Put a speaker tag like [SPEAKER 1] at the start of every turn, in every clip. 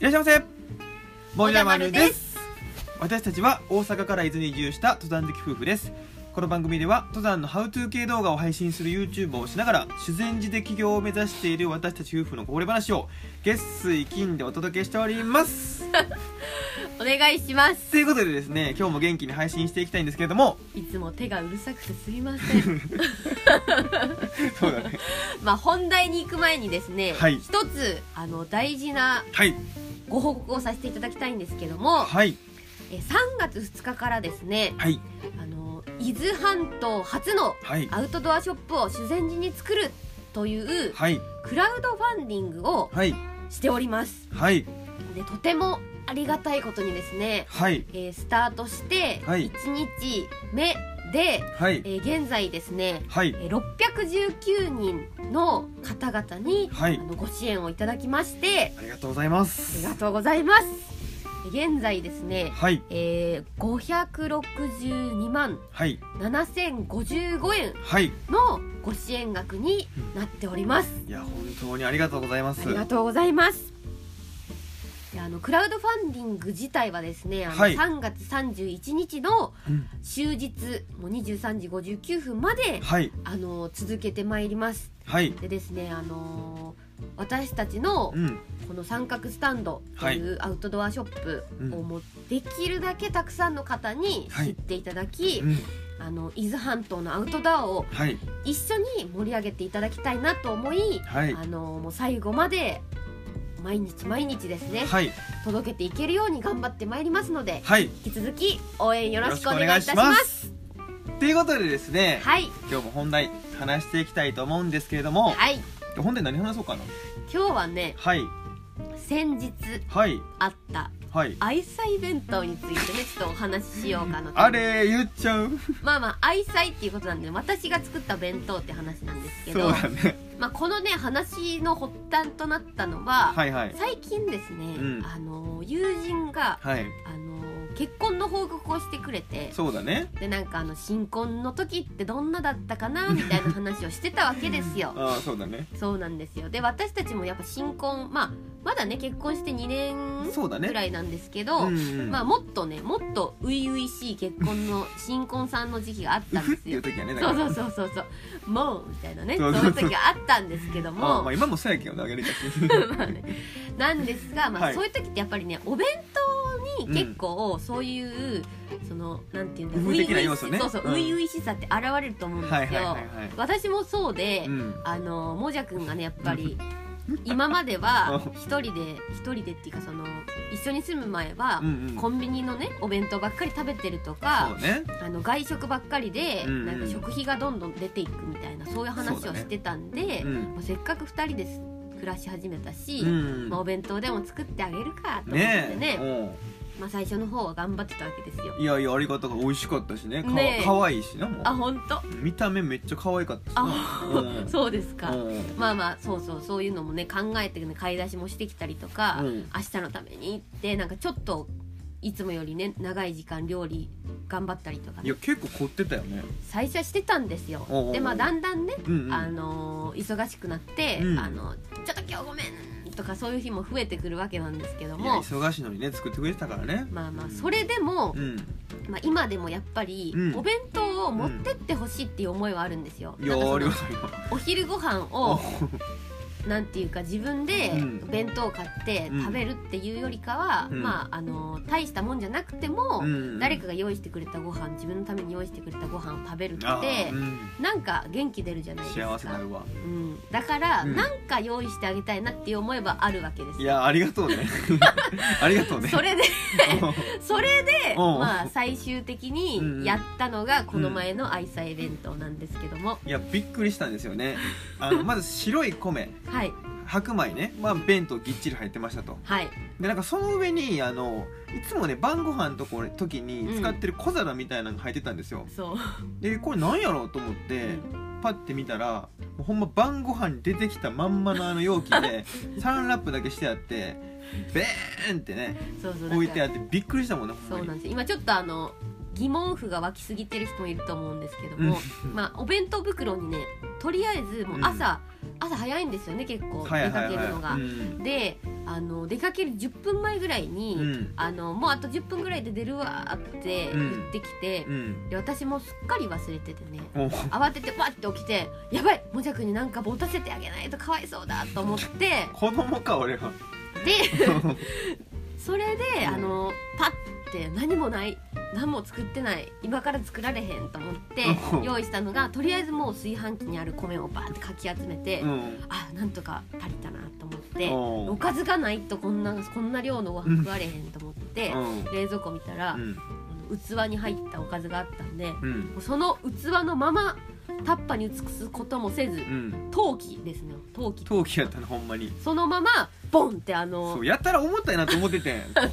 [SPEAKER 1] いらっしゃいませも
[SPEAKER 2] 小
[SPEAKER 1] じ
[SPEAKER 2] 田
[SPEAKER 1] ゃま
[SPEAKER 2] 丸
[SPEAKER 1] る
[SPEAKER 2] で
[SPEAKER 1] です
[SPEAKER 2] す。
[SPEAKER 1] 私たちは大阪から伊豆に移住した登山好き夫婦ですこの番組では登山のハウトゥー系動画を配信する YouTube をしながら修善寺で起業を目指している私たち夫婦のこぼれ話を月水金でお届けしております
[SPEAKER 2] お願いします。
[SPEAKER 1] ということでですね今日も元気に配信していきたいんですけれども
[SPEAKER 2] いつも手がうるさくてすいま せん。
[SPEAKER 1] そうだね
[SPEAKER 2] まあ本題に行く前にですね、
[SPEAKER 1] はい
[SPEAKER 2] 一つあの大事な
[SPEAKER 1] はい
[SPEAKER 2] ご報告をさせていただきたいんですけども、
[SPEAKER 1] はい
[SPEAKER 2] え3月2日からですね、
[SPEAKER 1] はい
[SPEAKER 2] あの伊豆半島初の
[SPEAKER 1] はい
[SPEAKER 2] アウトドアショップを修善寺に作るという
[SPEAKER 1] はい
[SPEAKER 2] クラウドファンディングを
[SPEAKER 1] はい
[SPEAKER 2] しております。
[SPEAKER 1] はい
[SPEAKER 2] でとてもありがたいことにですね、
[SPEAKER 1] はい
[SPEAKER 2] えースタートして
[SPEAKER 1] はい
[SPEAKER 2] 1日目で、
[SPEAKER 1] はい
[SPEAKER 2] えー現在ですね
[SPEAKER 1] はい
[SPEAKER 2] えー619人の方々に、
[SPEAKER 1] はい
[SPEAKER 2] あのご支援をいただきまして
[SPEAKER 1] ありがとうございま
[SPEAKER 2] あり
[SPEAKER 1] す
[SPEAKER 2] がとうございます現在ですね、
[SPEAKER 1] はい
[SPEAKER 2] えー、562万
[SPEAKER 1] はい
[SPEAKER 2] 7055円
[SPEAKER 1] はい
[SPEAKER 2] のご支援額になっております
[SPEAKER 1] いや本当にありがとうございま
[SPEAKER 2] あ
[SPEAKER 1] す
[SPEAKER 2] りがとうございますであのクラウドファンディング自体はですねあの
[SPEAKER 1] はい
[SPEAKER 2] 3月31日の
[SPEAKER 1] うん
[SPEAKER 2] 終日もう23時59分まで
[SPEAKER 1] はい
[SPEAKER 2] あの続けてまいります
[SPEAKER 1] はい
[SPEAKER 2] でですねあのー私たちの
[SPEAKER 1] うん
[SPEAKER 2] この三角スタンドというアウトドアショップ
[SPEAKER 1] うん
[SPEAKER 2] をもうできるだけたくさんの方に
[SPEAKER 1] はい
[SPEAKER 2] 知っていただき、
[SPEAKER 1] うん
[SPEAKER 2] あの伊豆半島のアウトドアを
[SPEAKER 1] はい
[SPEAKER 2] 一緒に盛り上げていただきたいなと思い、
[SPEAKER 1] はい
[SPEAKER 2] あのーもう最後まで毎日毎日ですね
[SPEAKER 1] はい
[SPEAKER 2] 届けていけるように頑張ってまいりますので
[SPEAKER 1] はい
[SPEAKER 2] 引き続き応援よろしくお願いいたし
[SPEAKER 1] よろしくお願い
[SPEAKER 2] ま。
[SPEAKER 1] しますすということでですね、
[SPEAKER 2] はい、
[SPEAKER 1] 今日も本題話していきたいと思うんですけれども、
[SPEAKER 2] はい、
[SPEAKER 1] 本題何話そうかな
[SPEAKER 2] 今日はね
[SPEAKER 1] はい
[SPEAKER 2] 先日
[SPEAKER 1] はい
[SPEAKER 2] あった
[SPEAKER 1] はい
[SPEAKER 2] 愛妻弁当についてねちょっとお話ししようかなと
[SPEAKER 1] あれ言っちゃう
[SPEAKER 2] まあまあ愛妻っていうことなんで私が作った弁当って話なんですけ
[SPEAKER 1] そ
[SPEAKER 2] ど、
[SPEAKER 1] うだね
[SPEAKER 2] まあ、このね話の発端となったのは、
[SPEAKER 1] はいはい
[SPEAKER 2] 最近ですね、
[SPEAKER 1] うん
[SPEAKER 2] あの友人が
[SPEAKER 1] はい
[SPEAKER 2] あの結婚の報告をしてくれて
[SPEAKER 1] そうだね
[SPEAKER 2] でなんかあの新婚の時ってどんなだったかなみたいな話をしてたわけですよ。
[SPEAKER 1] ああそうだね
[SPEAKER 2] そうなんですよで私たちもやっぱ新婚、まあ、まだね結婚して2年
[SPEAKER 1] そうだね
[SPEAKER 2] ぐらいなんですけど、
[SPEAKER 1] うんうん
[SPEAKER 2] まあもっとねもっと初々しい結婚の新婚さんの時期があった
[SPEAKER 1] うんふっ
[SPEAKER 2] で
[SPEAKER 1] て
[SPEAKER 2] す
[SPEAKER 1] い
[SPEAKER 2] よ
[SPEAKER 1] う。時はねだ
[SPEAKER 2] そ
[SPEAKER 1] か
[SPEAKER 2] う
[SPEAKER 1] ら
[SPEAKER 2] そうそうそうそうもうみたいなね
[SPEAKER 1] そ
[SPEAKER 2] そうう
[SPEAKER 1] そうそう
[SPEAKER 2] いう時があったんですけど
[SPEAKER 1] あ
[SPEAKER 2] も
[SPEAKER 1] ーまあ今もそうやけどなやりたし
[SPEAKER 2] まあねなんですが、ま
[SPEAKER 1] は
[SPEAKER 2] あ、
[SPEAKER 1] い
[SPEAKER 2] そういう時ってやっぱりねお弁当に結構そういう、そのなんていうんだ
[SPEAKER 1] 部
[SPEAKER 2] ろう
[SPEAKER 1] 分
[SPEAKER 2] 初
[SPEAKER 1] 的な要
[SPEAKER 2] 々
[SPEAKER 1] 素
[SPEAKER 2] し
[SPEAKER 1] ね
[SPEAKER 2] そうそう
[SPEAKER 1] うん
[SPEAKER 2] 初々しさって現れると 思うんですよ、
[SPEAKER 1] はいはいはいはい
[SPEAKER 2] 私もそうで、
[SPEAKER 1] うん
[SPEAKER 2] あのもじゃくんがねやっぱり今までは
[SPEAKER 1] うん
[SPEAKER 2] 一人で一人でっていうかその一緒に住む前は、
[SPEAKER 1] うんうん
[SPEAKER 2] コンビニのねお弁当ばっかり食べてると
[SPEAKER 1] そ
[SPEAKER 2] か
[SPEAKER 1] うね
[SPEAKER 2] あの外食ばっかりで、
[SPEAKER 1] うんうん
[SPEAKER 2] なんか食費がどんどん出ていくみたいなそういう
[SPEAKER 1] そう
[SPEAKER 2] 話
[SPEAKER 1] だ
[SPEAKER 2] を
[SPEAKER 1] ね
[SPEAKER 2] してたんで、
[SPEAKER 1] うん
[SPEAKER 2] まあせっかく2人で暮らし始めたし、
[SPEAKER 1] うん
[SPEAKER 2] まあ、お弁当でも作ってあげるかと思って
[SPEAKER 1] ね
[SPEAKER 2] ね
[SPEAKER 1] えうん
[SPEAKER 2] まあ、最初の方は頑張ってたわけですよ。
[SPEAKER 1] いやいやありがたかった美味しかったしねかわ
[SPEAKER 2] ねえ
[SPEAKER 1] かわいいしなもう
[SPEAKER 2] あ本当
[SPEAKER 1] 見た目めっちゃ可愛かったしな
[SPEAKER 2] あ、
[SPEAKER 1] うん
[SPEAKER 2] そうですか、
[SPEAKER 1] うん
[SPEAKER 2] まあまあそうそうそういうのもね考えてね買い出しもしてきたりとか、
[SPEAKER 1] うん
[SPEAKER 2] 明日のためにってなんかちょっといつもよりね長い時間料理頑張ったりとか
[SPEAKER 1] い
[SPEAKER 2] ね
[SPEAKER 1] や結構凝ってたよね
[SPEAKER 2] 最初はしてたんですよ
[SPEAKER 1] おうおう
[SPEAKER 2] でまあだんだんね、
[SPEAKER 1] うんうん
[SPEAKER 2] あのー忙しくなって、
[SPEAKER 1] うん
[SPEAKER 2] あのちょっと今日ごめんとかそういう日も増えてくるわけなんですけど
[SPEAKER 1] いや
[SPEAKER 2] も
[SPEAKER 1] 忙しいのにね作ってくれてたからね
[SPEAKER 2] まあまあそれでも
[SPEAKER 1] う、ん
[SPEAKER 2] まあ、今でもやっぱり、
[SPEAKER 1] うん
[SPEAKER 2] お弁当を持ってってほしいっていう思いはあるんですよ。
[SPEAKER 1] いや
[SPEAKER 2] なんかその
[SPEAKER 1] ありがたい
[SPEAKER 2] お昼ご飯
[SPEAKER 1] わ
[SPEAKER 2] をなんていうか自分で
[SPEAKER 1] うん
[SPEAKER 2] 弁当を買って食べるっていうよりかは、
[SPEAKER 1] うん
[SPEAKER 2] まああの大したもんじゃなくても、
[SPEAKER 1] うん
[SPEAKER 2] 誰かが用意してくれたご飯自分のために用意してくれたご飯を食べるって
[SPEAKER 1] あーうん
[SPEAKER 2] なんか元気出るじゃないですか
[SPEAKER 1] 幸せになるわ
[SPEAKER 2] うん、だから、
[SPEAKER 1] うん
[SPEAKER 2] なんか用意してあげたいなっていう思いはあるわけです
[SPEAKER 1] いやありがとう ねありがとうね
[SPEAKER 2] そ れでそれで、
[SPEAKER 1] おう
[SPEAKER 2] まあ、最終的
[SPEAKER 1] うん
[SPEAKER 2] にやったのがこの前の愛妻弁当なんですけども、
[SPEAKER 1] いやびっくりしたんですよねあのまず白い米
[SPEAKER 2] はい
[SPEAKER 1] 白米ねまあ弁当ぎっちり入ってましたと
[SPEAKER 2] はい
[SPEAKER 1] でなんかその上にあのいつもね晩ご飯のとこ時に使ってる小皿みたいなのが入ってたんですよ、
[SPEAKER 2] そう
[SPEAKER 1] でこれなんやろうと思って、パッて見たらもうほんま晩ご飯に出てきたまんまのあの容器 でサランラップだけしてあってベーンってね
[SPEAKER 2] そうそう
[SPEAKER 1] 置いてあ
[SPEAKER 2] なんか
[SPEAKER 1] ってびっくりしたもんねほ
[SPEAKER 2] そ
[SPEAKER 1] ん
[SPEAKER 2] う
[SPEAKER 1] ま
[SPEAKER 2] なん
[SPEAKER 1] に
[SPEAKER 2] ですよ今ちょっとあの疑問符が湧きす ぎてる人もいると思うんですけども、まあ、お弁当袋にねとりあえずもう朝、朝早いんですよね結構出
[SPEAKER 1] はいは
[SPEAKER 2] か
[SPEAKER 1] い
[SPEAKER 2] けるのが。
[SPEAKER 1] はいうん
[SPEAKER 2] であの出かける10分前ぐらいに、
[SPEAKER 1] うん
[SPEAKER 2] あのもうあと10分ぐらいで出るわって言ってきて、
[SPEAKER 1] うん
[SPEAKER 2] で私もすっかり忘れててね
[SPEAKER 1] お
[SPEAKER 2] 慌ててわって起きて「やばいもじゃくんになんか持たせてあげないとかわいそうだ」と思って
[SPEAKER 1] 子供か俺 は
[SPEAKER 2] でそれで
[SPEAKER 1] うん
[SPEAKER 2] あのパッて何もない何も作ってない今から作られへんと思って
[SPEAKER 1] うん
[SPEAKER 2] 用意したのがとりあえずもう炊飯器にある米をバーってかき集めて、
[SPEAKER 1] うん
[SPEAKER 2] あなんとか足りたなと思って
[SPEAKER 1] お
[SPEAKER 2] おかずがないとこんなこんな量のご飯食われへんと思って
[SPEAKER 1] うん
[SPEAKER 2] 冷蔵庫見たら、
[SPEAKER 1] うん
[SPEAKER 2] あの器に入ったおかずがあったんでも
[SPEAKER 1] うん
[SPEAKER 2] うその器のままタッパに移すこともせず
[SPEAKER 1] うん
[SPEAKER 2] 陶器ですね陶器
[SPEAKER 1] 陶器やったなほんまに
[SPEAKER 2] そのままボンってあ
[SPEAKER 1] そ
[SPEAKER 2] の
[SPEAKER 1] うやったら重たいなと思って てこんな弁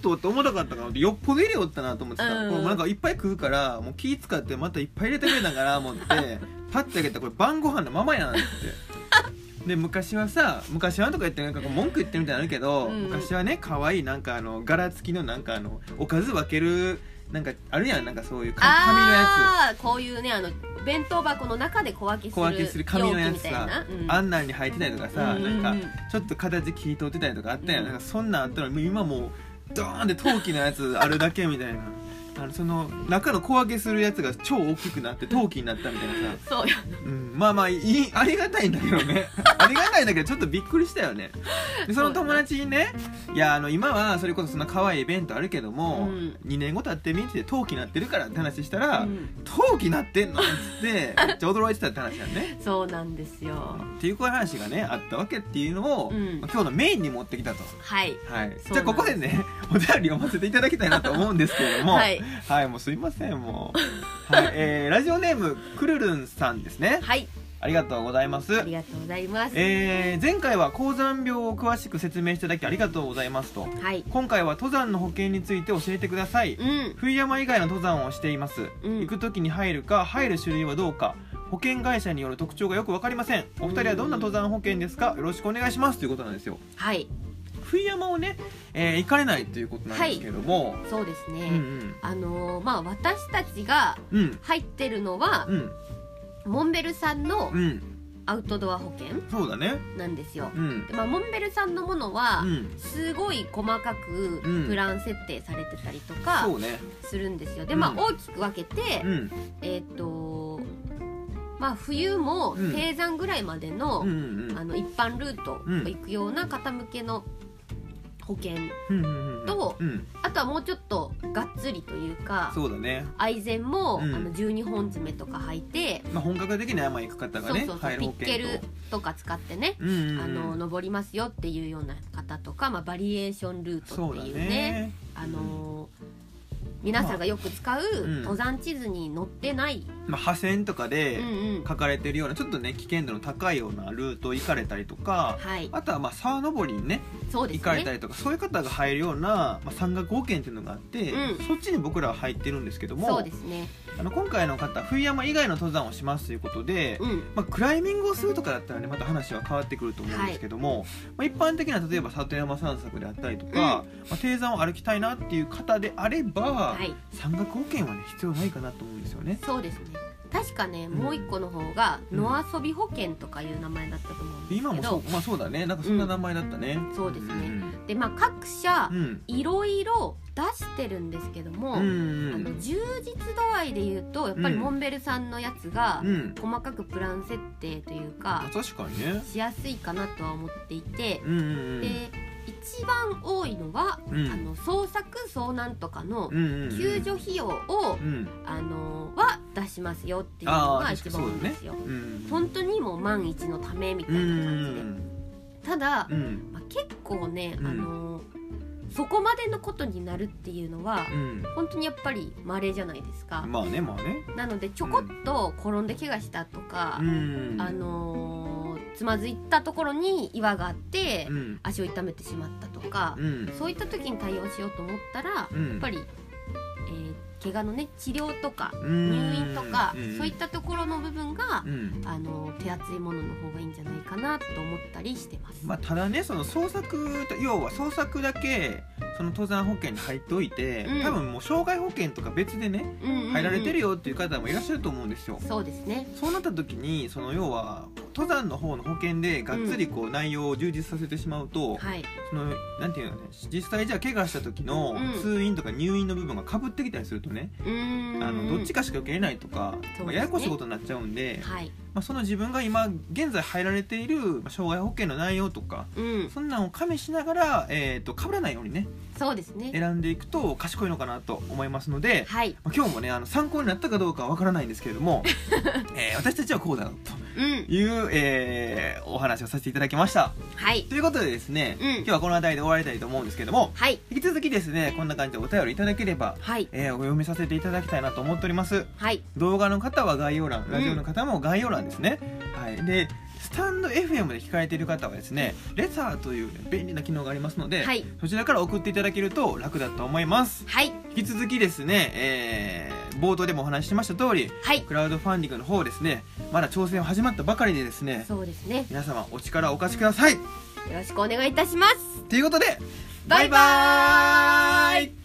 [SPEAKER 1] 当って重たかったかなってよっぽど入れよったなと思ってた、
[SPEAKER 2] うん
[SPEAKER 1] これなんかいっぱい食うからもう気使ってまたいっぱい入れてくれながら思ってパッてあげたらこれ晩ご飯のままやんってで昔はさ昔はとか言ってなんかこう文句言ってるみたいになのあるけど、
[SPEAKER 2] うん
[SPEAKER 1] 昔はね可愛いなんかあの柄付きのなんかあのおかず分けるなんかあるやんなんかそういうか紙のや
[SPEAKER 2] あーこういうねあの弁当箱の中で小分けす
[SPEAKER 1] つ
[SPEAKER 2] る
[SPEAKER 1] 小分けする紙のやつ
[SPEAKER 2] 容器みたいな
[SPEAKER 1] さ、
[SPEAKER 2] うん
[SPEAKER 1] あんなんに入ってたりとかさ、
[SPEAKER 2] うんう
[SPEAKER 1] なんん
[SPEAKER 2] うん
[SPEAKER 1] かちょっと形切り取ってたりとかあったやん,、
[SPEAKER 2] うん
[SPEAKER 1] なんかそんなんあったのに今もうドーンって陶器のやつあるだけみたいなあのその中の小分けするやつが超大きくなって陶器になったみたいなさ、
[SPEAKER 2] そう や
[SPEAKER 1] うん、まあまあいいありがたいんだけど ねありがたいんだけどちょっとびっくりしたよねでその友達にね「いやあの今はそれこそそんな可愛いイベントあるけども、
[SPEAKER 2] うん
[SPEAKER 1] 2年後経ってみて陶器になってるから」って話したら「
[SPEAKER 2] うん
[SPEAKER 1] 陶器になってんの?」っつってめっちゃ驚いてたって話だね
[SPEAKER 2] そうなんですよ
[SPEAKER 1] っていうこういう話がねあったわけっていうのを、
[SPEAKER 2] うん
[SPEAKER 1] 今日のメインに持ってきたと。
[SPEAKER 2] はい
[SPEAKER 1] はい、
[SPEAKER 2] す
[SPEAKER 1] じゃあここでね お便り読ませていただきたいなと思うんですけれども
[SPEAKER 2] はい、
[SPEAKER 1] はいもうすいませんもう、はいえーラジオネームくるるんさんですね
[SPEAKER 2] はい
[SPEAKER 1] ありがとうございます
[SPEAKER 2] ありがとうございます、
[SPEAKER 1] えー前回は高山病を詳しく説明していただきありがとうございますと
[SPEAKER 2] はい
[SPEAKER 1] 今回は登山の保険について教えてください
[SPEAKER 2] うん
[SPEAKER 1] 冬山以外の登山をしています、
[SPEAKER 2] うん
[SPEAKER 1] 行く時に入るか入る種類はどうか保険会社による特徴がよく分かりませんお二人はどんな登山保険ですかよろしくお願いしますということなんですよ
[SPEAKER 2] はい
[SPEAKER 1] 冬山をね、えー行かれないということなんですけども、
[SPEAKER 2] そうですね、
[SPEAKER 1] うん
[SPEAKER 2] あのーまあ私たちが
[SPEAKER 1] うんうん
[SPEAKER 2] 入ってるのは
[SPEAKER 1] うん
[SPEAKER 2] モンベルさんの
[SPEAKER 1] うん
[SPEAKER 2] アウトドア保険
[SPEAKER 1] そうだね
[SPEAKER 2] なんですよ
[SPEAKER 1] う、ん
[SPEAKER 2] でまあ、モンベルさんのものは、
[SPEAKER 1] うん
[SPEAKER 2] すごい細かく
[SPEAKER 1] うん
[SPEAKER 2] プラン設定されてたりとか
[SPEAKER 1] そうね
[SPEAKER 2] するんですよ、でまあ
[SPEAKER 1] うん
[SPEAKER 2] 大きく分けて、
[SPEAKER 1] うん
[SPEAKER 2] えっ、とまあ冬も
[SPEAKER 1] うん
[SPEAKER 2] 低山ぐらいまでの,、
[SPEAKER 1] うんうん
[SPEAKER 2] あの一般ルートを
[SPEAKER 1] うん
[SPEAKER 2] 行くような方向けの保険
[SPEAKER 1] うんうんうん
[SPEAKER 2] と
[SPEAKER 1] うん
[SPEAKER 2] あとはもうちょっとがっつりというか
[SPEAKER 1] そうだね
[SPEAKER 2] 愛禅も、
[SPEAKER 1] うん
[SPEAKER 2] あの12本爪とか履いて、
[SPEAKER 1] まあ本格的に山行く方が
[SPEAKER 2] そう
[SPEAKER 1] ね
[SPEAKER 2] そうそう
[SPEAKER 1] 入
[SPEAKER 2] ピ
[SPEAKER 1] る
[SPEAKER 2] ッ
[SPEAKER 1] 保
[SPEAKER 2] ケ
[SPEAKER 1] 険
[SPEAKER 2] ル
[SPEAKER 1] と
[SPEAKER 2] とか使ってね、
[SPEAKER 1] うんうんうん
[SPEAKER 2] あの登りますよっていうような方とか、まあ、バリエーションルート
[SPEAKER 1] そ
[SPEAKER 2] っ
[SPEAKER 1] うだ
[SPEAKER 2] ていうね
[SPEAKER 1] ね
[SPEAKER 2] あのー皆さんがよく使う
[SPEAKER 1] うん
[SPEAKER 2] 登山地図に載ってない、
[SPEAKER 1] まあ破線とか
[SPEAKER 2] う
[SPEAKER 1] で、
[SPEAKER 2] んうん
[SPEAKER 1] 書かれてるようなちょっとね危険度の高いようなルート行かれたりとか
[SPEAKER 2] はい
[SPEAKER 1] あとはまあ沢登りにね
[SPEAKER 2] そうで
[SPEAKER 1] 行
[SPEAKER 2] す
[SPEAKER 1] かれた
[SPEAKER 2] ね
[SPEAKER 1] りとかそういう方が入るような、まあ、山岳保険っていうのがあって、
[SPEAKER 2] うん
[SPEAKER 1] そっちに僕らは入ってるんですけど
[SPEAKER 2] そ
[SPEAKER 1] も
[SPEAKER 2] うですね
[SPEAKER 1] あの今回の方冬山以外の登山をしますということで、
[SPEAKER 2] うん
[SPEAKER 1] まあ、クライミングをするとかだったらねまた話は変わってくると思うんですけども、まあ、一般的な例えば里山散策であったりとか、
[SPEAKER 2] うん
[SPEAKER 1] まあ、低山を歩きたいなっていう方であれば、
[SPEAKER 2] はい
[SPEAKER 1] 山岳保険はね必要ないかなと思うんですよね。
[SPEAKER 2] そうですね確かね
[SPEAKER 1] ん
[SPEAKER 2] もう一個の方が
[SPEAKER 1] うん
[SPEAKER 2] 野遊び保険とかいう名前だったと思うんです
[SPEAKER 1] 今
[SPEAKER 2] け
[SPEAKER 1] もそ
[SPEAKER 2] ど
[SPEAKER 1] う,、まあ、そうだねなんかそんな名前だったね、
[SPEAKER 2] んそうですね
[SPEAKER 1] うん
[SPEAKER 2] でまあ各社
[SPEAKER 1] うん
[SPEAKER 2] いろいろ出してるんですけども、
[SPEAKER 1] うん
[SPEAKER 2] あの充実度合いで言うとやっぱり
[SPEAKER 1] うん
[SPEAKER 2] モンベルさんのやつが
[SPEAKER 1] うん
[SPEAKER 2] 細かくプラン設定という
[SPEAKER 1] まあ
[SPEAKER 2] か
[SPEAKER 1] 確かにね
[SPEAKER 2] しやすいかなとは思っていて、
[SPEAKER 1] うんうん
[SPEAKER 2] で一番多いのは、
[SPEAKER 1] うん
[SPEAKER 2] あの捜索遭難とかの
[SPEAKER 1] うんうんうん
[SPEAKER 2] 救助費用を、
[SPEAKER 1] うん
[SPEAKER 2] あのは出しますよっていうのが一番多いんですよ。
[SPEAKER 1] うん
[SPEAKER 2] 本当にもう万一のためみたいな感じでただ、
[SPEAKER 1] うんうん
[SPEAKER 2] まあ、結構ね、
[SPEAKER 1] うん
[SPEAKER 2] あのそこまでのことになるっていうのは
[SPEAKER 1] うん
[SPEAKER 2] 本当にやっぱり稀じゃないですか、
[SPEAKER 1] まあねまあね
[SPEAKER 2] なのでちょこっと転んで怪我したとか、
[SPEAKER 1] うん
[SPEAKER 2] あのつまずいたところに岩があって、
[SPEAKER 1] うん
[SPEAKER 2] 足を痛めてしまったとか
[SPEAKER 1] う、ん
[SPEAKER 2] そういった時に対応しようと思ったら、
[SPEAKER 1] うん
[SPEAKER 2] やっぱり、えー怪我のね治療とか
[SPEAKER 1] うん
[SPEAKER 2] 入院とか、
[SPEAKER 1] ん
[SPEAKER 2] そういったところの部分が、
[SPEAKER 1] うん
[SPEAKER 2] あの手厚いものの方がいいんじゃないかなと思ったりしてます。
[SPEAKER 1] まあただねその捜索と要は捜索だけその登山保険に入っておいて、
[SPEAKER 2] うん
[SPEAKER 1] 多分もう障害保険とか別でね
[SPEAKER 2] うんうんうん
[SPEAKER 1] 入られてるよっていう方もいらっしゃると思うんですよ、
[SPEAKER 2] そうですね。
[SPEAKER 1] そうなった時にその要は登山の方の保険でがっつりこう内容を充実させてしまうと、
[SPEAKER 2] はい
[SPEAKER 1] そのなんていうのね実際じゃあ怪我した時の
[SPEAKER 2] うん
[SPEAKER 1] 通院とか入院の部分がかぶってきたりするとね、
[SPEAKER 2] うーん
[SPEAKER 1] あのどっちかしか受けれないとか、
[SPEAKER 2] そうですね
[SPEAKER 1] まあややこしいことになっちゃうんで、
[SPEAKER 2] はい
[SPEAKER 1] まあ、その自分が今現在入られているまあ障害保険の内容とか
[SPEAKER 2] うん
[SPEAKER 1] そんなんを加味しながら、えー、と被らないようにね
[SPEAKER 2] そうですね
[SPEAKER 1] 選んでいくと賢いのかなと思いますので、
[SPEAKER 2] はい
[SPEAKER 1] まあ今日もねあの参考になったかどうかはわからないんですけれど も、えー私たちはこうだろう
[SPEAKER 2] うん
[SPEAKER 1] という、えーお話をさせていただきました。
[SPEAKER 2] はい
[SPEAKER 1] ということでですね、
[SPEAKER 2] うん
[SPEAKER 1] 今日はこの辺りで終わりたいと思うんですけれども
[SPEAKER 2] はい
[SPEAKER 1] 引き続きですねこんな感じでお便りいただければ、
[SPEAKER 2] はい
[SPEAKER 1] えーお読みさせていただきたいなと思っております。
[SPEAKER 2] はい
[SPEAKER 1] 動画の方は概要欄ラジオの方も概要欄ですね、はい、でスタンド FM で聞かれている方はですねレターという便利な機能がありますので、
[SPEAKER 2] はい
[SPEAKER 1] そちらから送っていただけると楽だと思います
[SPEAKER 2] はい
[SPEAKER 1] 引き続きですね、えー冒頭でもお話ししました通り
[SPEAKER 2] はい
[SPEAKER 1] クラウドファンディングの方ですねまだ挑戦は始まったばかりでですね
[SPEAKER 2] そうですね
[SPEAKER 1] 皆様お力をお貸しください
[SPEAKER 2] よろしくお願いいたします
[SPEAKER 1] ということで
[SPEAKER 2] バ
[SPEAKER 1] バイ
[SPEAKER 2] イバ
[SPEAKER 1] バーイ